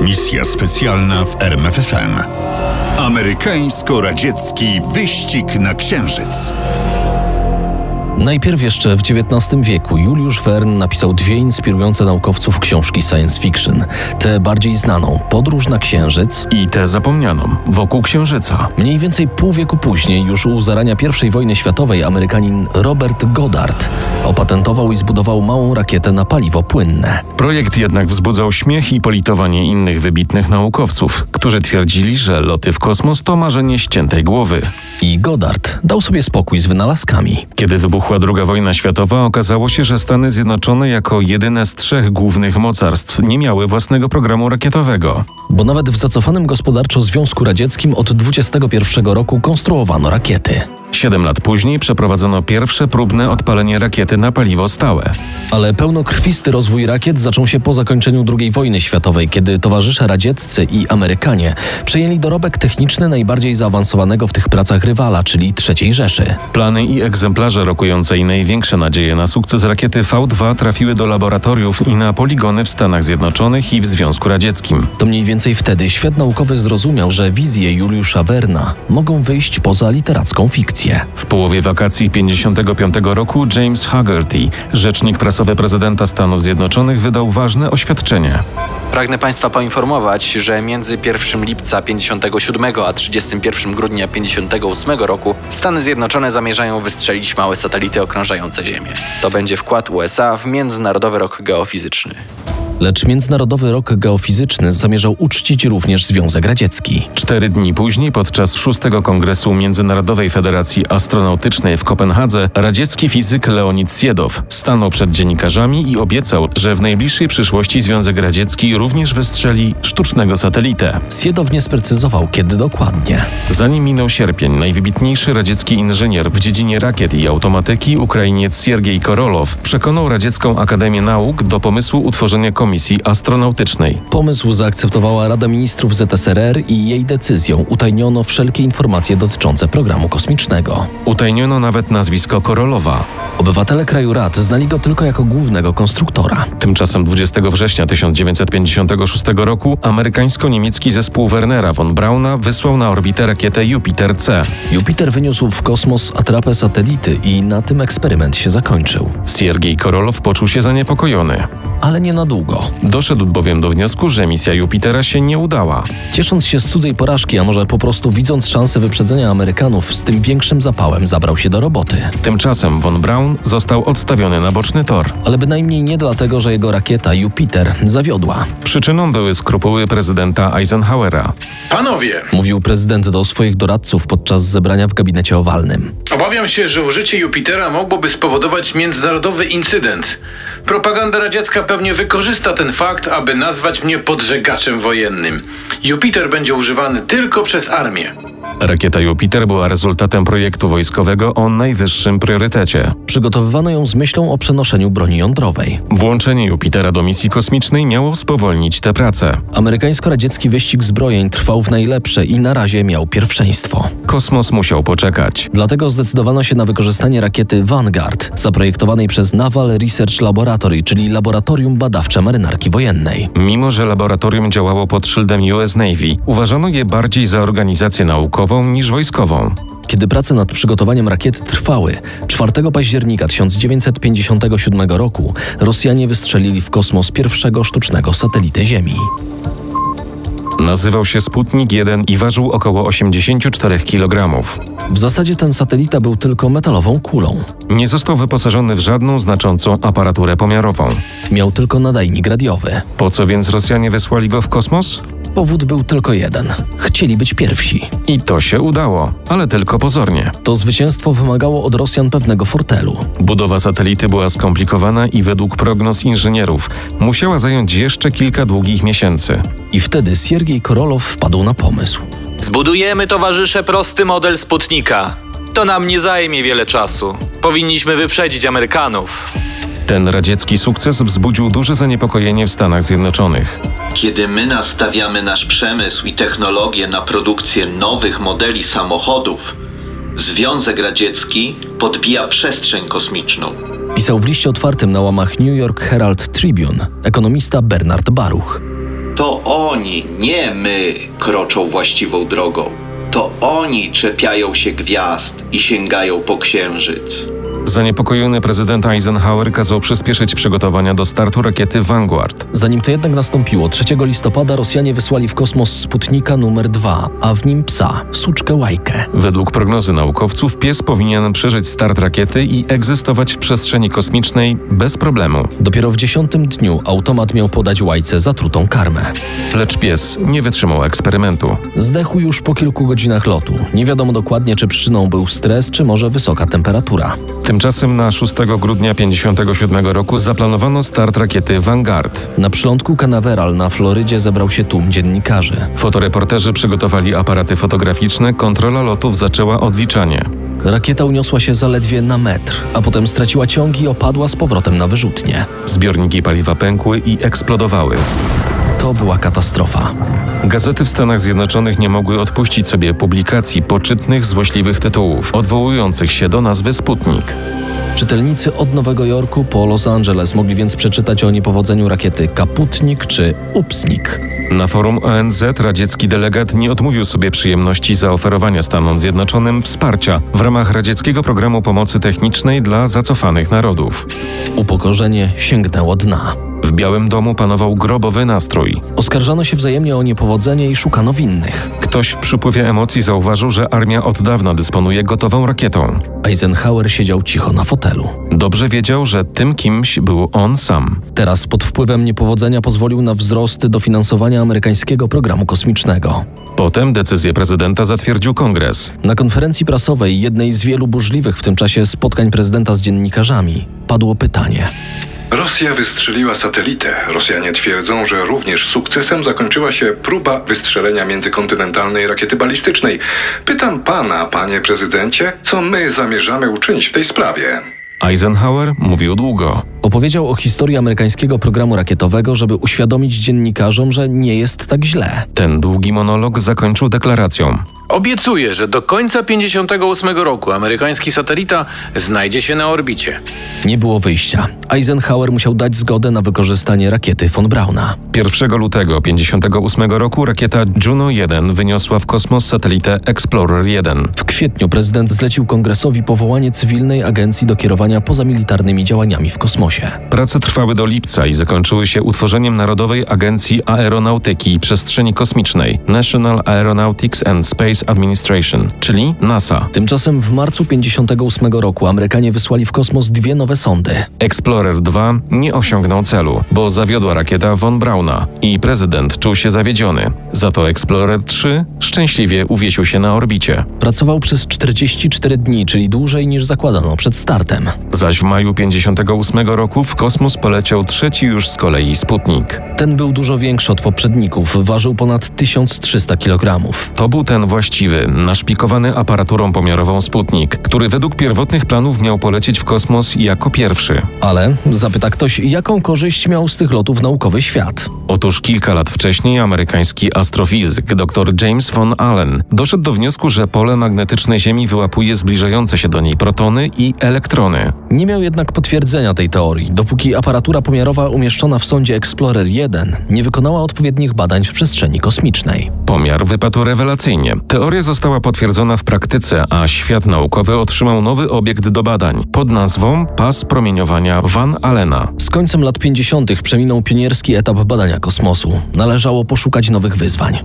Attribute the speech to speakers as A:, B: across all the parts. A: Misja specjalna w RMFFM. Amerykańsko-radziecki wyścig na Księżyc.
B: Najpierw jeszcze w XIX wieku Juliusz Verne napisał dwie inspirujące naukowców książki science fiction. Tę bardziej znaną, Podróż na Księżyc,
C: I tę zapomnianą, wokół Księżyca.
B: mniej więcej pół wieku później, już u zarania I wojny światowej, Amerykanin Robert Goddard opatentował i zbudował małą rakietę na paliwo płynne.
C: Projekt jednak wzbudzał śmiech i politowanie innych wybitnych naukowców, którzy twierdzili, że loty w kosmos to marzenie ściętej głowy.
B: I Goddard dał sobie spokój z wynalazkami.
C: Kiedy wybuchła II wojna światowa, okazało się, że Stany Zjednoczone jako jedyne z trzech głównych mocarstw nie miały własnego programu rakietowego.
B: Bo nawet w zacofanym gospodarczo Związku Radzieckim od 21 roku konstruowano rakiety.
C: Siedem lat później przeprowadzono pierwsze próbne odpalenie rakiety na paliwo stałe.
B: Ale pełnokrwisty rozwój rakiet zaczął się po zakończeniu II wojny światowej, kiedy towarzysze radzieccy i Amerykanie przejęli dorobek techniczny najbardziej zaawansowanego w tych pracach rywala, czyli III Rzeszy.
C: Plany i egzemplarze rokującej największe nadzieje na sukces rakiety V2 trafiły do laboratoriów i na poligony w Stanach Zjednoczonych i w Związku Radzieckim.
B: To mniej więcej wtedy świat naukowy zrozumiał, że wizje Juliusza Werna mogą wyjść poza literacką fikcję.
C: W połowie wakacji 1955 roku James Haggerty, rzecznik prasowy prezydenta Stanów Zjednoczonych, wydał ważne oświadczenie.
D: Pragnę Państwa poinformować, że między 1 lipca 57 a 31 grudnia 58 roku Stany Zjednoczone zamierzają wystrzelić małe satelity okrążające Ziemię. To będzie wkład USA w międzynarodowy rok geofizyczny.
B: Lecz Międzynarodowy Rok Geofizyczny zamierzał uczcić również Związek Radziecki.
C: Cztery dni później, podczas szóstego Kongresu Międzynarodowej Federacji Astronautycznej w Kopenhadze, radziecki fizyk Leonid Siedow stanął przed dziennikarzami i obiecał, że w najbliższej przyszłości Związek Radziecki również wystrzeli sztucznego satelitę.
B: Siedow nie sprecyzował, kiedy dokładnie.
C: Zanim minął sierpień, najwybitniejszy radziecki inżynier w dziedzinie rakiet i automatyki, Ukrainiec Siergiej Korolow, przekonał Radziecką Akademię Nauk do pomysłu utworzenia komisji astronautycznej.
B: Pomysł zaakceptowała Rada Ministrów ZSRR i jej decyzją utajniono wszelkie informacje dotyczące programu kosmicznego.
C: Utajniono nawet nazwisko Korolowa.
B: Obywatele kraju rad znali go tylko jako głównego konstruktora.
C: Tymczasem 20 września 1956 roku amerykańsko-niemiecki zespół Wernera von Brauna wysłał na orbitę rakietę Jupiter C.
B: Jupiter wyniósł w kosmos atrapę satelity i na tym eksperyment się zakończył.
C: Siergiej Korolow poczuł się zaniepokojony.
B: Ale nie na długo.
C: Doszedł bowiem do wniosku, że misja Jupitera się nie udała.
B: Ciesząc się z cudzej porażki, a może po prostu widząc szansę wyprzedzenia Amerykanów, z tym większym zapałem zabrał się do roboty.
C: Tymczasem von Braun został odstawiony na boczny tor.
B: Ale bynajmniej nie dlatego, że jego rakieta Jupiter zawiodła.
C: Przyczyną były skrupuły prezydenta Eisenhowera.
E: Panowie,
B: Mówił prezydent do swoich doradców podczas zebrania w gabinecie owalnym.
E: obawiam się, że użycie Jupitera mogłoby spowodować międzynarodowy incydent. Propaganda radziecka pewnie wykorzysta ten fakt, aby nazwać mnie podżegaczem wojennym. Jupiter będzie używany tylko przez armię.
C: Rakieta Jupiter była rezultatem projektu wojskowego o najwyższym priorytecie.
B: Przygotowywano ją z myślą o przenoszeniu broni jądrowej.
C: Włączenie Jupitera do misji kosmicznej miało spowolnić te prace.
B: Amerykańsko-radziecki wyścig zbrojeń trwał w najlepsze i na razie miał pierwszeństwo.
C: Kosmos musiał poczekać.
B: Dlatego zdecydowano się na wykorzystanie rakiety Vanguard, zaprojektowanej przez Naval Research Laboratory, czyli Laboratorium Badawcze Marynarki Wojennej.
C: Mimo, że laboratorium działało pod szyldem US Navy, uważano je bardziej za organizację naukową niż wojskową.
B: Kiedy prace nad przygotowaniem rakiety trwały, 4 października 1957 roku Rosjanie wystrzelili w kosmos pierwszego sztucznego satelitę Ziemi.
C: Nazywał się Sputnik 1 i ważył około 84 kg.
B: W zasadzie ten satelita był tylko metalową kulą.
C: Nie został wyposażony w żadną znaczącą aparaturę pomiarową.
B: Miał tylko nadajnik radiowy.
C: Po co więc Rosjanie wysłali go w kosmos?
B: Powód był tylko jeden. Chcieli być pierwsi.
C: I to się udało, ale tylko pozornie.
B: To zwycięstwo wymagało od Rosjan pewnego fortelu.
C: Budowa satelity była skomplikowana i według prognoz inżynierów musiała zająć jeszcze kilka długich miesięcy.
B: I wtedy Siergiej Korolow wpadł na pomysł.
F: Zbudujemy, towarzysze, prosty model Sputnika. To nam nie zajmie wiele czasu. Powinniśmy wyprzedzić Amerykanów.
C: Ten radziecki sukces wzbudził duże zaniepokojenie w Stanach Zjednoczonych.
G: Kiedy my nastawiamy nasz przemysł i technologię na produkcję nowych modeli samochodów, Związek Radziecki podbija przestrzeń kosmiczną.
B: Pisał w liście otwartym na łamach New York Herald Tribune ekonomista Bernard Baruch.
G: To oni, nie my, kroczą właściwą drogą. To oni czepiają się gwiazd i sięgają po księżyc.
C: Zaniepokojony prezydent Eisenhower kazał przyspieszyć przygotowania do startu rakiety Vanguard.
B: Zanim to jednak nastąpiło, 3 listopada Rosjanie wysłali w kosmos Sputnika numer 2, a w nim psa, suczkę Łajkę.
C: Według prognozy naukowców pies powinien przeżyć start rakiety i egzystować w przestrzeni kosmicznej bez problemu.
B: Dopiero w dziesiątym dniu automat miał podać Łajce zatrutą karmę.
C: Lecz pies nie wytrzymał eksperymentu.
B: Zdechł już po kilku godzinach lotu. Nie wiadomo dokładnie, czy przyczyną był stres, czy może wysoka temperatura.
C: Tymczasem na 6 grudnia 1957 roku zaplanowano start rakiety Vanguard.
B: Na przylądku Canaveral na Florydzie zebrał się tłum dziennikarzy.
C: Fotoreporterzy przygotowali aparaty fotograficzne, kontrola lotów zaczęła odliczanie.
B: Rakieta uniosła się zaledwie na metr, a potem straciła ciąg i opadła z powrotem na wyrzutnie.
C: Zbiorniki paliwa pękły i eksplodowały.
B: To była katastrofa.
C: Gazety w Stanach Zjednoczonych nie mogły odpuścić sobie publikacji poczytnych, złośliwych tytułów, odwołujących się do nazwy Sputnik.
B: Czytelnicy od Nowego Jorku po Los Angeles mogli więc przeczytać o niepowodzeniu rakiety Kaputnik czy Upsnik.
C: Na forum ONZ radziecki delegat nie odmówił sobie przyjemności zaoferowania Stanom Zjednoczonym wsparcia w ramach radzieckiego programu pomocy technicznej dla zacofanych narodów.
B: Upokorzenie sięgnęło dna.
C: W Białym Domu panował grobowy nastrój.
B: Oskarżano się wzajemnie o niepowodzenie i szukano winnych.
C: Ktoś w przypływie emocji zauważył, że armia od dawna dysponuje gotową rakietą.
B: Eisenhower siedział cicho na fotelu.
C: Dobrze wiedział, że tym kimś był on sam.
B: Teraz pod wpływem niepowodzenia pozwolił na wzrost dofinansowania amerykańskiego programu kosmicznego.
C: Potem decyzję prezydenta zatwierdził kongres.
B: Na konferencji prasowej, jednej z wielu burzliwych w tym czasie spotkań prezydenta z dziennikarzami, padło pytanie.
H: Rosja wystrzeliła satelitę. Rosjanie twierdzą, że również sukcesem zakończyła się próba wystrzelenia międzykontynentalnej rakiety balistycznej. Pytam pana, panie prezydencie, co my zamierzamy uczynić w tej sprawie?
C: Eisenhower mówił długo.
B: Opowiedział o historii amerykańskiego programu rakietowego, żeby uświadomić dziennikarzom, że nie jest tak źle.
C: Ten długi monolog zakończył deklaracją.
E: Obiecuję, że do końca 58 roku amerykański satelita znajdzie się na orbicie.
B: Nie było wyjścia. Eisenhower musiał dać zgodę na wykorzystanie rakiety von Brauna.
C: 1 lutego 1958 roku rakieta Juno 1 wyniosła w kosmos satelitę Explorer 1.
B: W kwietniu prezydent zlecił kongresowi powołanie cywilnej agencji do kierowania pozamilitarnymi działaniami w kosmosie.
C: Prace trwały do lipca i zakończyły się utworzeniem Narodowej Agencji Aeronautyki i Przestrzeni Kosmicznej National Aeronautics and Space Administration, czyli NASA.
B: Tymczasem w marcu 58 roku Amerykanie wysłali w kosmos dwie nowe sondy.
C: Explorer 2 nie osiągnął celu, bo zawiodła rakieta von Brauna i prezydent czuł się zawiedziony. Za to Explorer 3 szczęśliwie uwiesił się na orbicie.
B: Pracował przez 44 dni, czyli dłużej niż zakładano przed startem.
C: Zaś w maju 58 roku w kosmos poleciał trzeci już z kolei Sputnik.
B: Ten był dużo większy od poprzedników, ważył ponad 1300 kg.
C: To był ten właściwy, naszpikowany aparaturą pomiarową Sputnik, który według pierwotnych planów miał polecieć w kosmos jako pierwszy.
B: Ale, zapyta ktoś, jaką korzyść miał z tych lotów naukowy świat?
C: Otóż kilka lat wcześniej amerykański astrofizyk dr James von Allen doszedł do wniosku, że pole magnetyczne Ziemi wyłapuje zbliżające się do niej protony i elektrony.
B: Nie miał jednak potwierdzenia tej teorii, dopóki aparatura pomiarowa umieszczona w sondzie Explorer 1 nie wykonała odpowiednich badań w przestrzeni kosmicznej.
C: Pomiar wypadł rewelacyjnie. Teoria została potwierdzona w praktyce, a świat naukowy otrzymał nowy obiekt do badań pod nazwą pas promieniowania Van Allena.
B: Z końcem lat 50. przeminął pionierski etap badania kosmosu. Należało poszukać nowych wyzwań.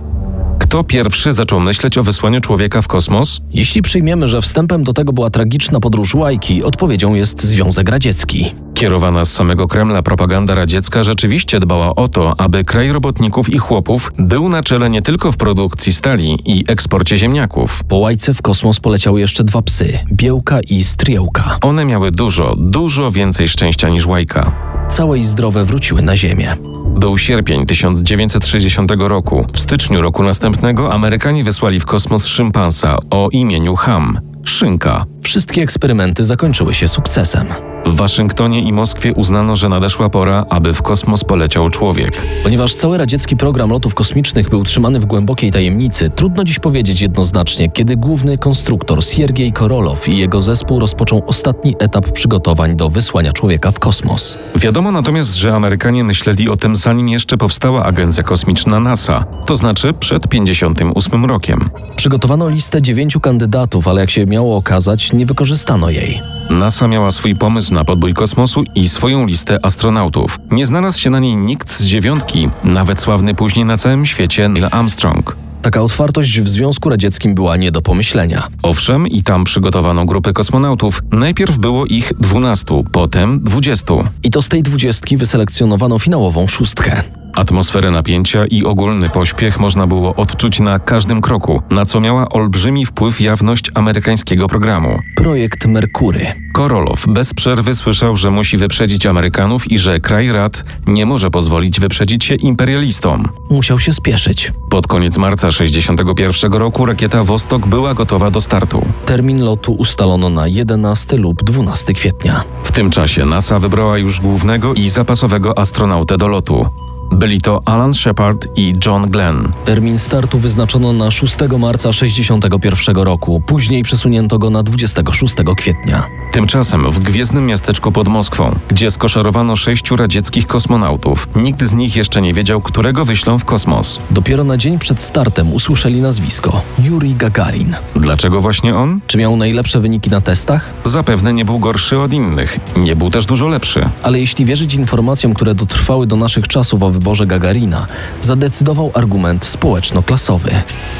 C: Kto pierwszy zaczął myśleć o wysłaniu człowieka w kosmos?
B: Jeśli przyjmiemy, że wstępem do tego była tragiczna podróż Łajki, odpowiedzią jest Związek Radziecki.
C: Kierowana z samego Kremla propaganda radziecka rzeczywiście dbała o to, aby kraj robotników i chłopów był na czele nie tylko w produkcji stali i eksporcie ziemniaków.
B: Po Łajce w kosmos poleciały jeszcze dwa psy, Biełka i Striełka.
C: One miały dużo, dużo więcej szczęścia niż łajka.
B: Całe i zdrowe wróciły na Ziemię.
C: Był sierpień 1960 roku. W styczniu roku następnego Amerykanie wysłali w kosmos szympansa o imieniu Ham, Szynka.
B: Wszystkie eksperymenty zakończyły się sukcesem.
C: W Waszyngtonie i Moskwie uznano, że nadeszła pora, aby w kosmos poleciał człowiek.
B: Ponieważ cały radziecki program lotów kosmicznych był trzymany w głębokiej tajemnicy, trudno dziś powiedzieć jednoznacznie, kiedy główny konstruktor Siergiej Korolow i jego zespół rozpoczął ostatni etap przygotowań do wysłania człowieka w kosmos.
C: Wiadomo natomiast, że Amerykanie myśleli o tym, zanim jeszcze powstała agencja kosmiczna NASA, to znaczy przed 58 rokiem.
B: Przygotowano listę dziewięciu kandydatów, ale jak się miało okazać, nie wykorzystano jej.
C: NASA miała swój pomysł na podbój kosmosu i swoją listę astronautów. Nie znalazł się na niej nikt z dziewiątki, nawet sławny później na całym świecie Neil Armstrong.
B: Taka otwartość w Związku Radzieckim była nie do pomyślenia.
C: Owszem, i tam przygotowano grupę kosmonautów. Najpierw było ich 12, potem 20.
B: I to z tej dwudziestki wyselekcjonowano finałową szóstkę.
C: Atmosferę napięcia i ogólny pośpiech można było odczuć na każdym kroku, na co miała olbrzymi wpływ jawność amerykańskiego programu.
B: Projekt Merkury.
C: Korolow bez przerwy słyszał, że musi wyprzedzić Amerykanów i że kraj rad nie może pozwolić wyprzedzić się imperialistom.
B: Musiał się spieszyć.
C: Pod koniec marca 61 roku rakieta Wostok była gotowa do startu.
B: Termin lotu ustalono na 11 lub 12 kwietnia.
C: W tym czasie NASA wybrała już głównego i zapasowego astronautę do lotu. Byli to Alan Shepard i John Glenn.
B: Termin startu wyznaczono na 6 marca 61 roku, później przesunięto go na 26 kwietnia.
C: Tymczasem w gwiezdnym miasteczku pod Moskwą, gdzie skoszarowano sześciu radzieckich kosmonautów, nikt z nich jeszcze nie wiedział, którego wyślą w kosmos.
B: Dopiero na dzień przed startem usłyszeli nazwisko Yuri Gagarin.
C: Dlaczego właśnie on?
B: Czy miał najlepsze wyniki na testach?
C: Zapewne nie był gorszy od innych, nie był też dużo lepszy.
B: Ale jeśli wierzyć informacjom, które dotrwały do naszych czasów o wyborze Gagarina, zadecydował argument społeczno-klasowy.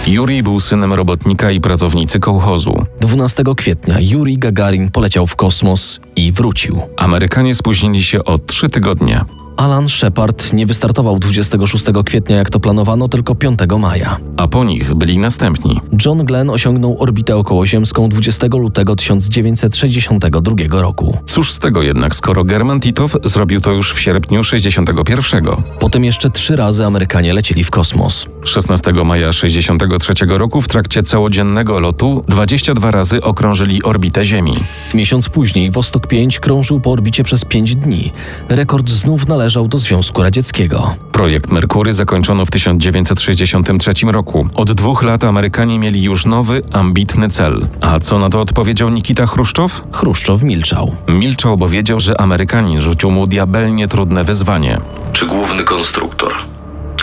C: Juri był synem robotnika i pracownicy kołchozu.
B: 12 kwietnia Yuri Gagarin poleciał w kosmos i wrócił.
C: Amerykanie spóźnili się o trzy tygodnie.
B: Alan Shepard nie wystartował 26 kwietnia, jak to planowano, tylko 5 maja.
C: a po nich byli następni.
B: John Glenn osiągnął orbitę okołoziemską 20 lutego 1962 roku.
C: Cóż z tego jednak, skoro German Titow zrobił to już w sierpniu 61.
B: Potem jeszcze trzy razy Amerykanie lecieli w kosmos.
C: 16 maja 63 roku w trakcie całodziennego lotu 22 razy okrążyli orbitę Ziemi.
B: Miesiąc później Wostok 5 krążył po orbicie przez 5 dni. Rekord znów należał do Związku Radzieckiego.
C: Projekt Merkury zakończono w 1963 roku. Od dwóch lat Amerykanie mieli już nowy, ambitny cel. A co na to odpowiedział Nikita Chruszczow?
B: Chruszczow milczał.
C: Milczał, bo wiedział, że Amerykanin rzucił mu diabelnie trudne wyzwanie.
E: Czy główny konstruktor,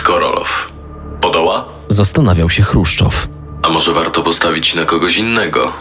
E: Korolow, podoła?
B: Zastanawiał się Chruszczow.
E: A może warto postawić na kogoś innego?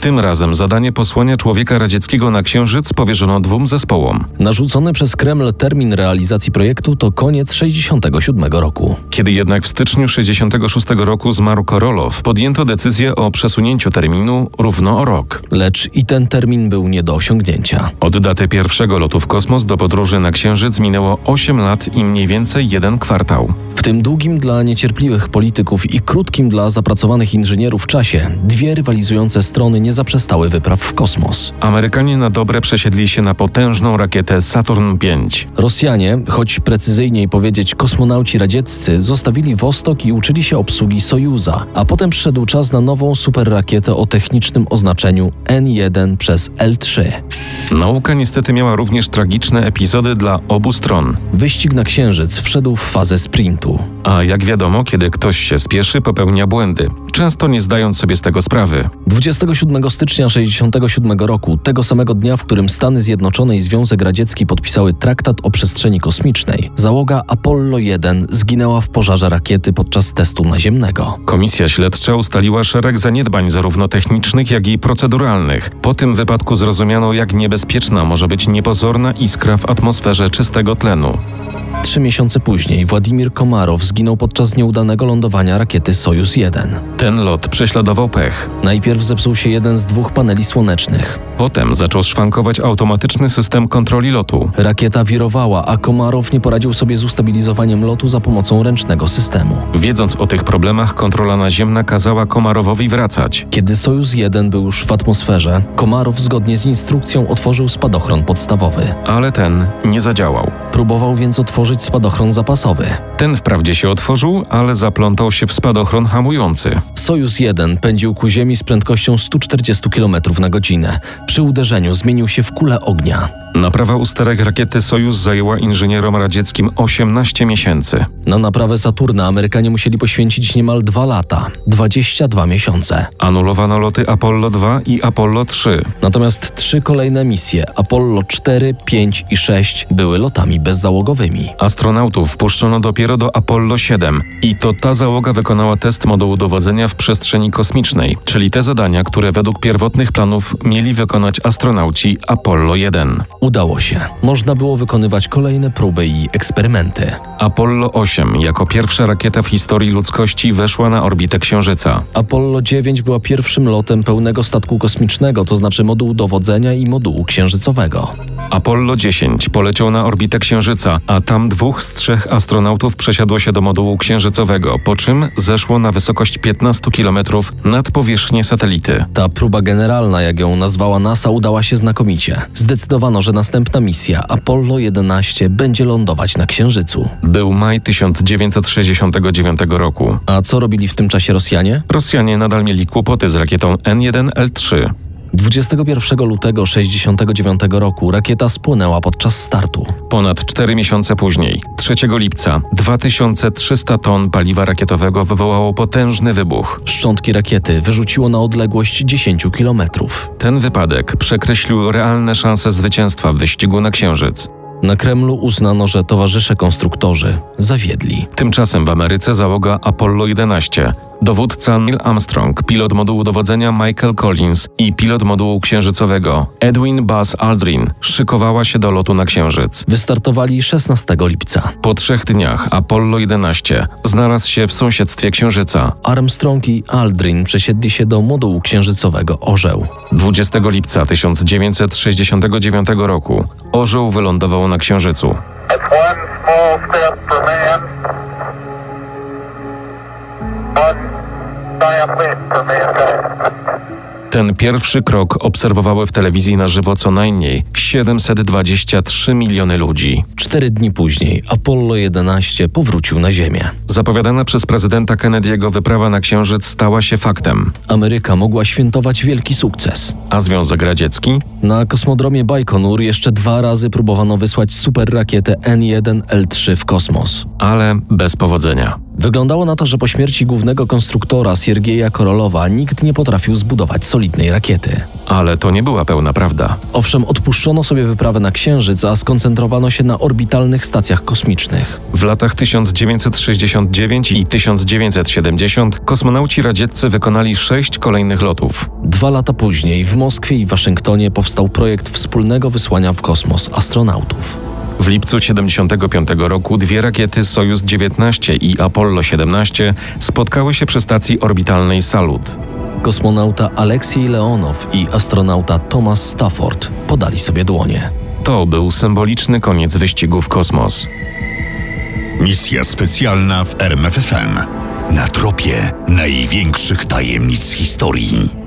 C: Tym razem zadanie posłania człowieka radzieckiego na Księżyc powierzono dwóm zespołom.
B: Narzucony przez Kreml termin realizacji projektu to koniec 67 roku.
C: Kiedy jednak w styczniu 66 roku zmarł Korolow, podjęto decyzję o przesunięciu terminu równo o rok.
B: Lecz i ten termin był nie do osiągnięcia.
C: Od daty pierwszego lotu w kosmos do podróży na Księżyc minęło 8 lat i mniej więcej jeden kwartał.
B: W tym długim dla niecierpliwych polityków i krótkim dla zapracowanych inżynierów czasie dwie rywalizujące strony nie zaprzestały wypraw w kosmos.
C: Amerykanie na dobre przesiedli się na potężną rakietę Saturn V.
B: Rosjanie, choć precyzyjniej powiedzieć kosmonauci radzieccy, zostawili Wostok i uczyli się obsługi Sojuza, a potem przyszedł czas na nową superrakietę o technicznym oznaczeniu N1 przez L3.
C: Nauka niestety miała również tragiczne epizody dla obu stron.
B: Wyścig na Księżyc wszedł w fazę sprintu.
C: A jak wiadomo, kiedy ktoś się spieszy, popełnia błędy, często nie zdając sobie z tego sprawy.
B: 27 stycznia 67 roku, tego samego dnia, w którym Stany Zjednoczone i Związek Radziecki podpisały traktat o przestrzeni kosmicznej, załoga Apollo 1 zginęła w pożarze rakiety podczas testu naziemnego.
C: Komisja śledcza ustaliła szereg zaniedbań zarówno technicznych, jak i proceduralnych. Po tym wypadku zrozumiano, jak niebezpieczna może być niepozorna iskra w atmosferze czystego tlenu.
B: Trzy miesiące później Władimir Komarow zginął podczas nieudanego lądowania rakiety Sojus 1.
C: Ten lot prześladował pech.
B: Najpierw zepsuł się jeden z dwóch paneli słonecznych.
C: Potem zaczął szwankować automatyczny system kontroli lotu.
B: Rakieta wirowała, a Komarow nie poradził sobie z ustabilizowaniem lotu za pomocą ręcznego systemu.
C: Wiedząc o tych problemach, kontrola naziemna kazała Komarowowi wracać.
B: Kiedy Sojus 1 był już w atmosferze, Komarow zgodnie z instrukcją otworzył spadochron podstawowy.
C: Ale ten nie zadziałał.
B: Próbował więc otworzyć spadochron zapasowy.
C: Ten w Wprawdzie się otworzył, ale zaplątał się w spadochron hamujący.
B: Sojus 1 pędził ku ziemi z prędkością 140 km na godzinę. Przy uderzeniu zmienił się w kulę ognia.
C: Naprawa usterek rakiety Sojus zajęła inżynierom radzieckim 18 miesięcy.
B: Na naprawę Saturna Amerykanie musieli poświęcić niemal 2 lata 22 miesiące.
C: Anulowano loty Apollo 2 i Apollo 3.
B: Natomiast trzy kolejne misje Apollo 4, 5 i 6 były lotami bezzałogowymi.
C: Astronautów wpuszczono dopiero do Apollo 7 i to ta załoga wykonała test modułu dowodzenia w przestrzeni kosmicznej, czyli te zadania, które według pierwotnych planów mieli wykonać astronauci Apollo 1.
B: Udało się. Można było wykonywać kolejne próby i eksperymenty.
C: Apollo 8 jako pierwsza rakieta w historii ludzkości weszła na orbitę Księżyca.
B: Apollo 9 była pierwszym lotem pełnego statku kosmicznego, to znaczy modułu dowodzenia i modułu księżycowego.
C: Apollo 10 poleciał na orbitę Księżyca, a tam dwóch z trzech astronautów przesiadło się do modułu księżycowego, po czym zeszło na wysokość 15 km nad powierzchnię satelity.
B: Ta próba generalna, jak ją nazwała NASA, udała się znakomicie. Zdecydowano, że następna misja Apollo 11 będzie lądować na Księżycu.
C: Był maj 1969 roku.
B: A co robili w tym czasie Rosjanie?
C: Rosjanie nadal mieli kłopoty z rakietą N1L3.
B: 21 lutego 1969 roku rakieta spłynęła podczas startu.
C: Ponad 4 miesiące później, 3 lipca, 2300 ton paliwa rakietowego wywołało potężny wybuch.
B: Szczątki rakiety wyrzuciło na odległość 10 kilometrów.
C: Ten wypadek przekreślił realne szanse zwycięstwa w wyścigu na Księżyc.
B: Na Kremlu uznano, że towarzysze konstruktorzy zawiedli.
C: Tymczasem w Ameryce załoga Apollo 11, dowódca Neil Armstrong, pilot modułu dowodzenia Michael Collins i pilot modułu księżycowego Edwin Buzz Aldrin szykowała się do lotu na Księżyc.
B: Wystartowali 16 lipca.
C: Po trzech dniach Apollo 11 znalazł się w sąsiedztwie Księżyca.
B: Armstrong i Aldrin przesiedli się do modułu księżycowego Orzeł.
C: 20 lipca 1969 roku orzeł wylądował na Księżycu.
I: It's one small step for man, one giant leap for mankind.
C: Ten pierwszy krok obserwowały w telewizji na żywo co najmniej 723 miliony ludzi.
B: Cztery dni później Apollo 11 powrócił na Ziemię.
C: Zapowiadana przez prezydenta Kennedy'ego wyprawa na Księżyc stała się faktem,
B: Ameryka mogła świętować wielki sukces.
C: a Związek Radziecki
B: Na kosmodromie Bajkonur jeszcze dwa razy próbowano wysłać superrakietę N1L3 w kosmos.
C: ale bez powodzenia.
B: Wyglądało na to, że po śmierci głównego konstruktora Siergieja Korolowa nikt nie potrafił zbudować solidnej rakiety.
C: Ale to nie była pełna prawda.
B: Owszem, odpuszczono sobie wyprawę na Księżyc, a skoncentrowano się na orbitalnych stacjach kosmicznych.
C: W latach 1969 i 1970 kosmonauci radzieccy wykonali sześć kolejnych lotów.
B: Dwa lata później w Moskwie i Waszyngtonie powstał projekt wspólnego wysłania w kosmos astronautów.
C: W lipcu 75 roku dwie rakiety Sojus 19 i Apollo 17 spotkały się przy stacji orbitalnej Salut.
B: Kosmonauta Aleksiej Leonow i astronauta Thomas Stafford podali sobie dłonie.
C: To był symboliczny koniec wyścigu w kosmos.
A: Misja specjalna w RMFFM. Na tropie największych tajemnic historii.